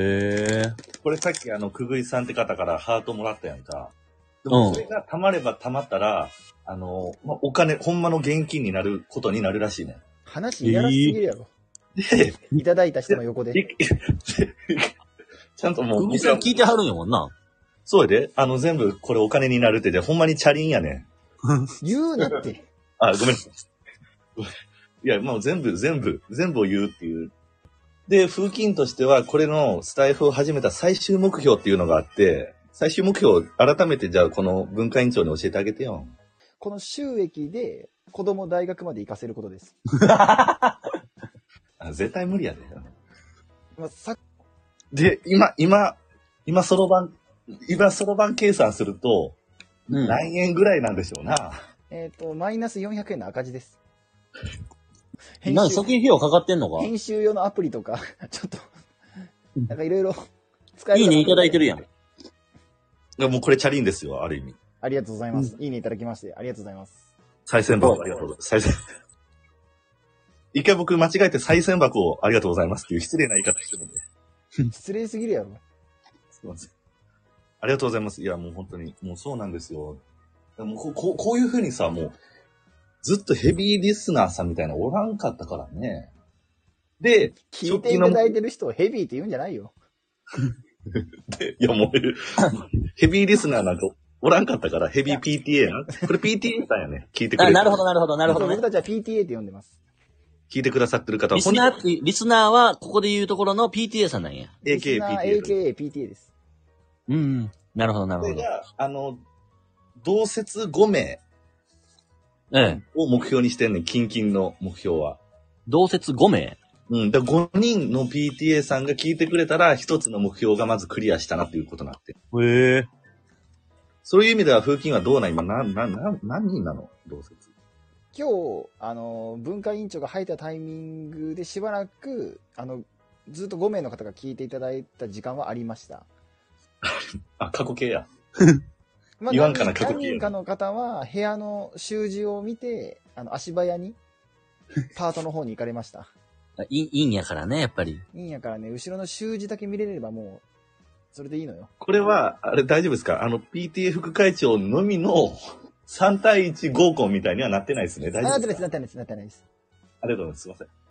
えこれさっきあの、くぐいさんって方からハートもらったやんか。でうもんそれが溜まれば溜まったら、あの、まあ、お金、ほんまの現金になることになるらしいね。話やらしすぎるやろ。で、いただいた人の横で。いちゃんとも久う、美さん聞いてはるんやもんな。そうやで、あの、全部これお金になるってで、ほんまにチャリンやねん。言うなって。あ、ごめんなさい。 いや、もう全部、全部、全部を言うっていう。で、風琴としては、これのスタイフを始めた最終目標っていうのがあって、最終目標を改めてじゃあこの文化委員長に教えてあげてよ。この収益で子供を大学まで行かせることです。あ絶対無理やで。まあ、さで、今、今、今そろばん、今そろばん計算すると、うん何円ぐらいなんでしょうな。えっ、と、マイナス400円の赤字です。編なん集で初期費用かかってんのか編集用のアプリとか、 ちょっと、なんかいろいろ使えいいるかなねいただいてるやん。いやもうこれチャリンですよ、ある意味。ありがとうございます。いいねいただきまして、ありがとうございます。再選箱ありがとうございます。再選。一回僕間違えて再選箱をありがとうございますっていう失礼な言い方してるんで。失礼すぎるやろ。すいません。ありがとうございます。いや、もう本当に、もうそうなんですよ。でもこうこうこういうふうにさ、もう、ずっとヘビーリスナーさんみたいなのおらんかったからね。で、聞いていただいてる人をヘビーって言うんじゃないよ。いや、もう、 ヘビーリスナーなんかおらんかったから、ヘビー PTA な。これ PTA さんやね。聞いてくれあてなるほど、なるほど、なるほど僕ね。たちは PTA って呼んでます。聞いてくださってる方は、リス本ナ当ーって、リスナーは、ここで言うところの PTA さんなんや。に AKPTA と。 AKA、PTA です。うん。なるほど、なるこほれど。が、あの、同説5名ええ。を目標にしてんねん、近々の目標は。同説5名。うん。だ5人の PTA さんが聞いてくれたら、一つの目標がまずクリアしたなっていうことになって。へえ。そういう意味では、風琴はどうなん今、な、な、な、何人なの同説。今日、あの、文化委員長が入ったタイミングでしばらく、あの、ずっと5名の方が聞いていただいた時間はありました。あ、過去形や。ま言わんかな過去何形人かの方は部屋の習字を見て、あの、足 早に、パートの方に行かれました。いい、いいんやからね、やっぱり。いいんやからね、後ろの習字だけ見れればもう、それでいいのよ。これは、あれ大丈夫ですかあの、PTA 副会長のみの3対1合コンみたいにはなってないですね。あ大丈なっ夫でてないすでかす、なってないです、なってないです。ありがとうございます。すいません。